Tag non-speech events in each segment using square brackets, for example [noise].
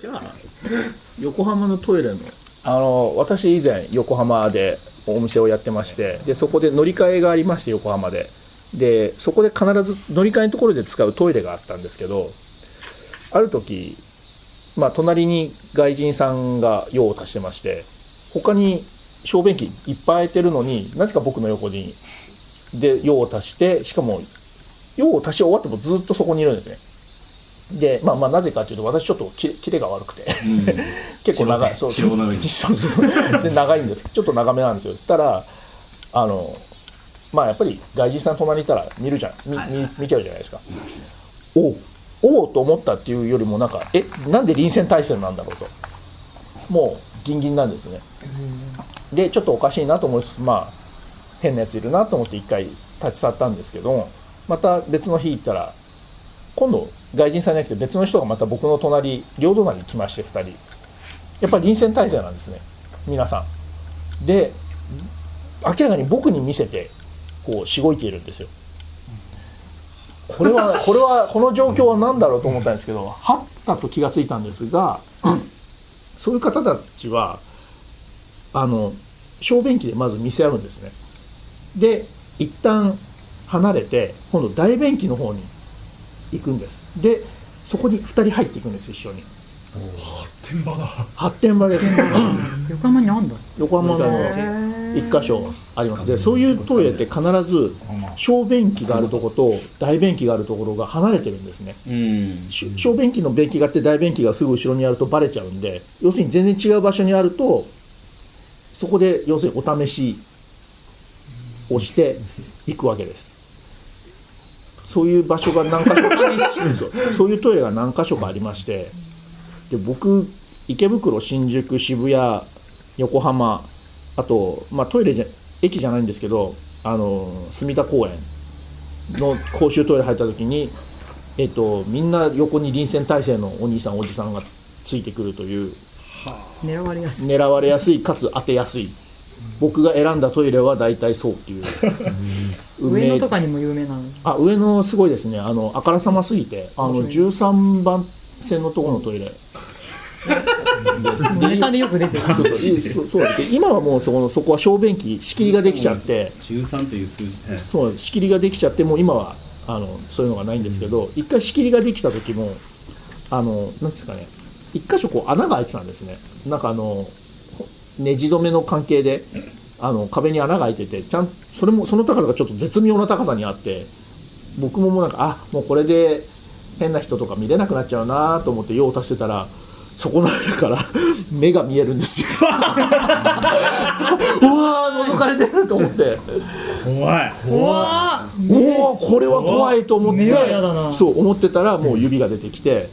じゃあ横浜のトイレのあの私以前横浜でお店をやってましてでそこで乗り換えがありまして横浜ででそこで必ず乗り換えのところで使うトイレがあったんですけどある時まあ隣に外人さんが用を足してまして他に小便器いっぱい空いてるのになぜか僕の横にで用を足してしかも用を足し終わってもずっとそこにいるんですねでまあまあなぜかというと私ちょっとキレキレが悪くて結構長いそう白長いそう [laughs] そうで長いんですけどちょっと長めなんですよそしたらあのまあやっぱり外人さん隣にいたら見るじゃん見見見ちゃうじゃないですかおおおうと思ったっていうよりもなんかえなんで臨戦態勢なんだろうともうギンギンなんですねでちょっとおかしいなと思いつつまあ変なやついるなと思って一回立ち去ったんですけどまた別の日行ったら今度外人さんじゃなくて別の人がまた僕の隣両隣に来まして2人やっぱり臨戦態勢なんですね皆さんで明らかに僕に見せてこうしごいているんですよこれはこれはこの状況は何だろうと思ったんですけどはったと気がついたんですが [clears throat] そういう方たちはあの小便器でまず見せ合うんですねで一旦離れて今度大便器の方に行くんですでそこに2人入っていくんです一緒に天場だ発展場です横浜にあんだ横浜のへ一箇所ありますでそういうトイレって必ず小便器があるとこと大便器があるところが離れてるんですねうんし小便器の便器があって大便器がすぐ後ろにあるとバレちゃうんで要するに全然違う場所にあるとそこで要するにお試しをしていくわけですそういう場所が何箇所かそうそういうトイレが何箇所かありましてで僕池袋新宿渋谷横浜あと、まあ、トイレじゃ駅じゃないんですけどあの隅田公園の公衆トイレ入った時にえっと、みんな横に臨戦態勢のお兄さんおじさんがついてくるという狙われやすい狙われやす [laughs] いかつ当てやすい僕が選んだトイレは大体そうっていう上野とかかにも有名なのあ上野すごいですねあのあからさますぎてあの面白13番線のところの [laughs] トイレネタでよく出てるそうそういそうそうで今はもうそこのそこは小便器仕切りができちゃって13という数字ねそう仕切りができちゃってもう今はあのそういうのがないんですけど、一回仕切りができた時もあのなんていうんですかね一箇所こう穴が開いてたんですねなんかあのほネジ止めの関係であの壁に穴が開いててちゃんそれもその高さがちょっと絶妙な高さにあって僕ももうなんかあもうこれで変な人とか見れなくなっちゃうなと思って用を足してたらそこの間から [laughs] 目が見えるん [laughs] ですようわー覗かれてると思って。怖いわおおこれは怖いと思って目は嫌だなそう思ってたらもう指が出てきて、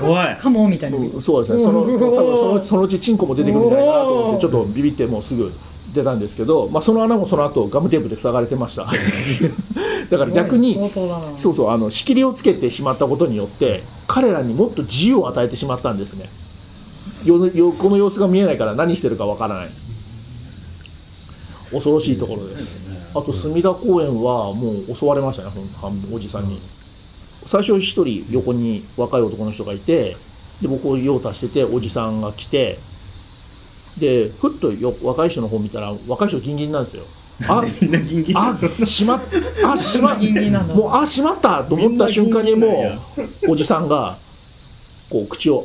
怖いカモみたいなうんそうですねその多分そのそのうちチンコも出てくるんじゃないかなと思ってちょっとビビってもうすぐ出たんですけど、まあ、その穴もその後ガムテープで塞がれてま [laughs] しただから逆に相当だなそうそうあの仕切りをつけてしまったことによって彼らにもっと自由を与えてしまったんですねよよこの様子が見えないから何してるかわからない恐ろしいところですあと隅田公園はもう襲われましたねほん半分おじさんに最初一人横に若い男の人がいてで僕を用足してておじさんが来てでふっとよ若い人の方見たら若い人ギンギンなんですよあみんなギンギンあしまっあしまっギンギンなんだもうあしまったと思った瞬間にもうおじさんがこう口を。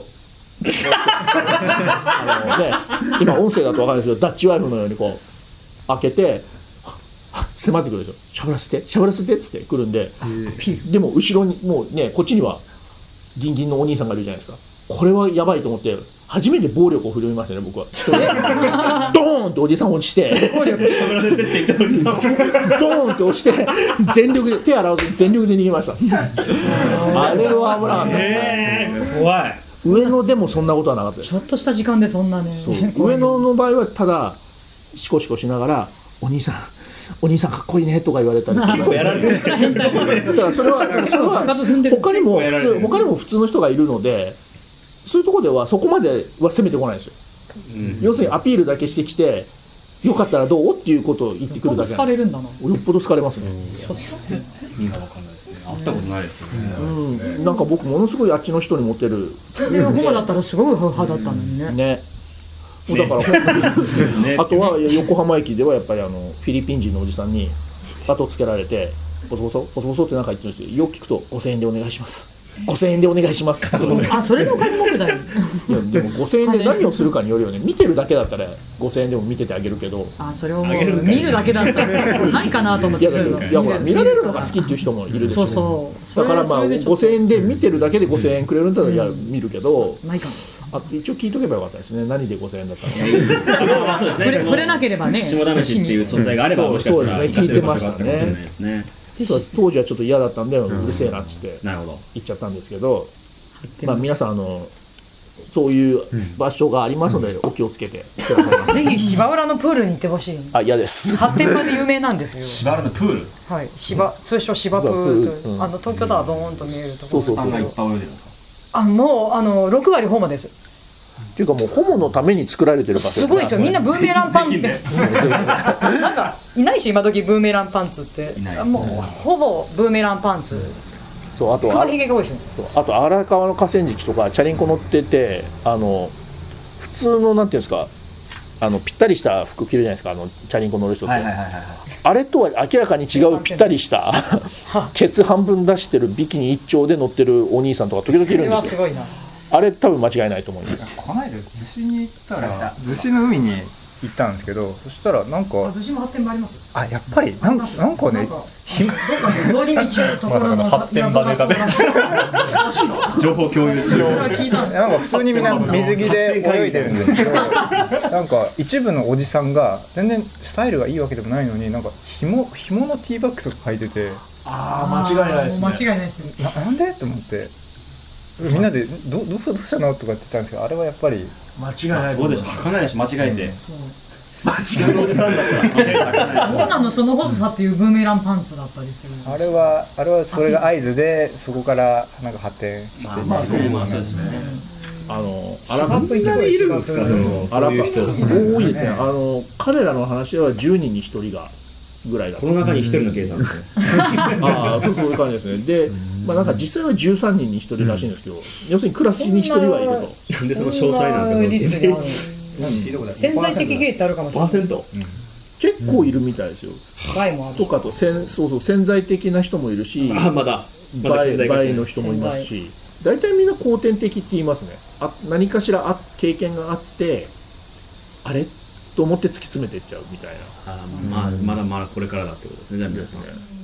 あのね、今音声だと分かるんですけどダッチワイフのようにこう開けてはは迫ってくるでしょしゃぶらせてしゃぶらせてっつってくるんででも後ろにもうねこっちにはギンギンのお兄さんがいるじゃないですかこれはやばいと思って初めて暴力を振るいましたね僕は一人でドーンっておじさん落ちてドーンって押して全力で手洗わずに全力で逃げましたあれは危なかった、えー怖い上野でもそんなことはなかったですちょっとした時間でそんなねそう上野の場合はただシコシコしながら「お兄さんお兄さんかっこいいね」とか言われたり結構やられてだからそれはそれは数踏んでる他にも結構やら普れて通る他にも普通の人がいるのでそういうところではそこまでは攻めてこないんですよ、要するにアピールだけしてきてよかったらどうっていうことを言ってくこるんなだけ好なかんでれするんだなよっぽど好かれますね、意味がわかんないですね会ったことないですよね。うん、なんか僕ものすごいあっちの人にモテるでもホモだったらすごい派だったのにね。ねもうだから本当にねあとは横浜駅ではやっぱりあのフィリピン人のおじさんに砂糖つけられてボソボソボソボソってなんか言ってるんですけどよく聞くと5000円でお願いします5000円でお願いしますって言ってあ、それも金目だよ。いやでも5000円で何をするかによるよね見てるだけだったら5000円でも見ててあげるけどあ、それをもあげるうかい見るだけだったらないかなと思っいて。やそういうのいやほら見られるのが好きっていう人もいるでしそょうそだう。からまあそれはそれでちょっと5000円で見てるだけで5000円くれるんだったらいや見るけどないかも。あ一応聞いとけばよかったですね何で5000円だったのかまあそうですね触れ触れなければね下試しっていう存在があれば、そうもしかしたらそうですね聞いてましたね行かせることがあったかもしれないですぜそうひ当時はちょっと嫌だったんでうるせえなっつってね。なるほど。言っちゃったんですけどまあ皆さんあのそういう場所がありますのでお気をつけてくださいぜひ芝浦のプールに行ってほしい [laughs] あ嫌です発展場で有名なんですよ、芝浦のプールはい、芝通称芝プールといううんあの東京タワーボーンと見えるところそうそうさんがいっぱい泳いでるんですあもうあの6割ホモですっていうかもうホモのために作られてる場所すごいですよみんなブーメランパンツ [laughs] なんかいないし今時ブーメランパンツっていないあもうほぼブーメランパンツそうあと黒あひげが多いですねあと荒川の河川敷とかチャリンコ乗っててあの普通のなんていうんですかあのぴったりした服着るじゃないですかあのチャリンコ乗る人かって、はいはいはいはいはいあれとは明らかに違うぴったりしたケツ半分出してるビキニ一丁で乗ってるお兄さんとか時々いこるれんではすすよごいなあれ多分間違いないと思いますこの間逗子に行ったら逗子の海に行ったんですけどそしたらなんか私も発展場あります。あやっぱりなんなんかねどっかの通り道のところの発展場で [laughs] 食べる。情報共有する。なんか普通にみんな水着で泳いでるんですけどなんか一部のおじさんが全然スタイルがいいわけでもないのになんか紐紐のティーバッグとか履いててああ間違いないですね間違いないですね。ななんでと思ってみんなでどどうどうしたのとかって言ったんですけどあれはやっぱり間違いあそうでしょ履かないでしょ間違えて違うおじさんだった。どうなのその細さっていうブーメランパンツだったりする。あれはあれはそれが合図でそこからなんか発展まあまあそうまあそうですねあのあら、本当にいるんですか、その、あらそういう人。多いですね。あの彼らの話では10人に1人がぐらいだとこ。の中に一人の計算で。ああ、そうそういう感じですね。で、まあなんか実際は13人に1人らしいんですけど、要するにクラスに1人はいると。なんでその詳細なんこんなです率にか、合全うの然潜在的ゲイってあるかもしれ [laughs] パなーいセント。結構いるみたいですよ。バイもあるとかとせんそうそう潜在的な人もいるし、あ、 [laughs] まだ。まだバイ現在がバイの人もいますし、大体みんな後天的って言いますね。あ何かしらあ経験があって、あれと思って突き詰めてっちゃうみたいな。あまあ、まだまだこれからだってことですね、じゃあ皆さん。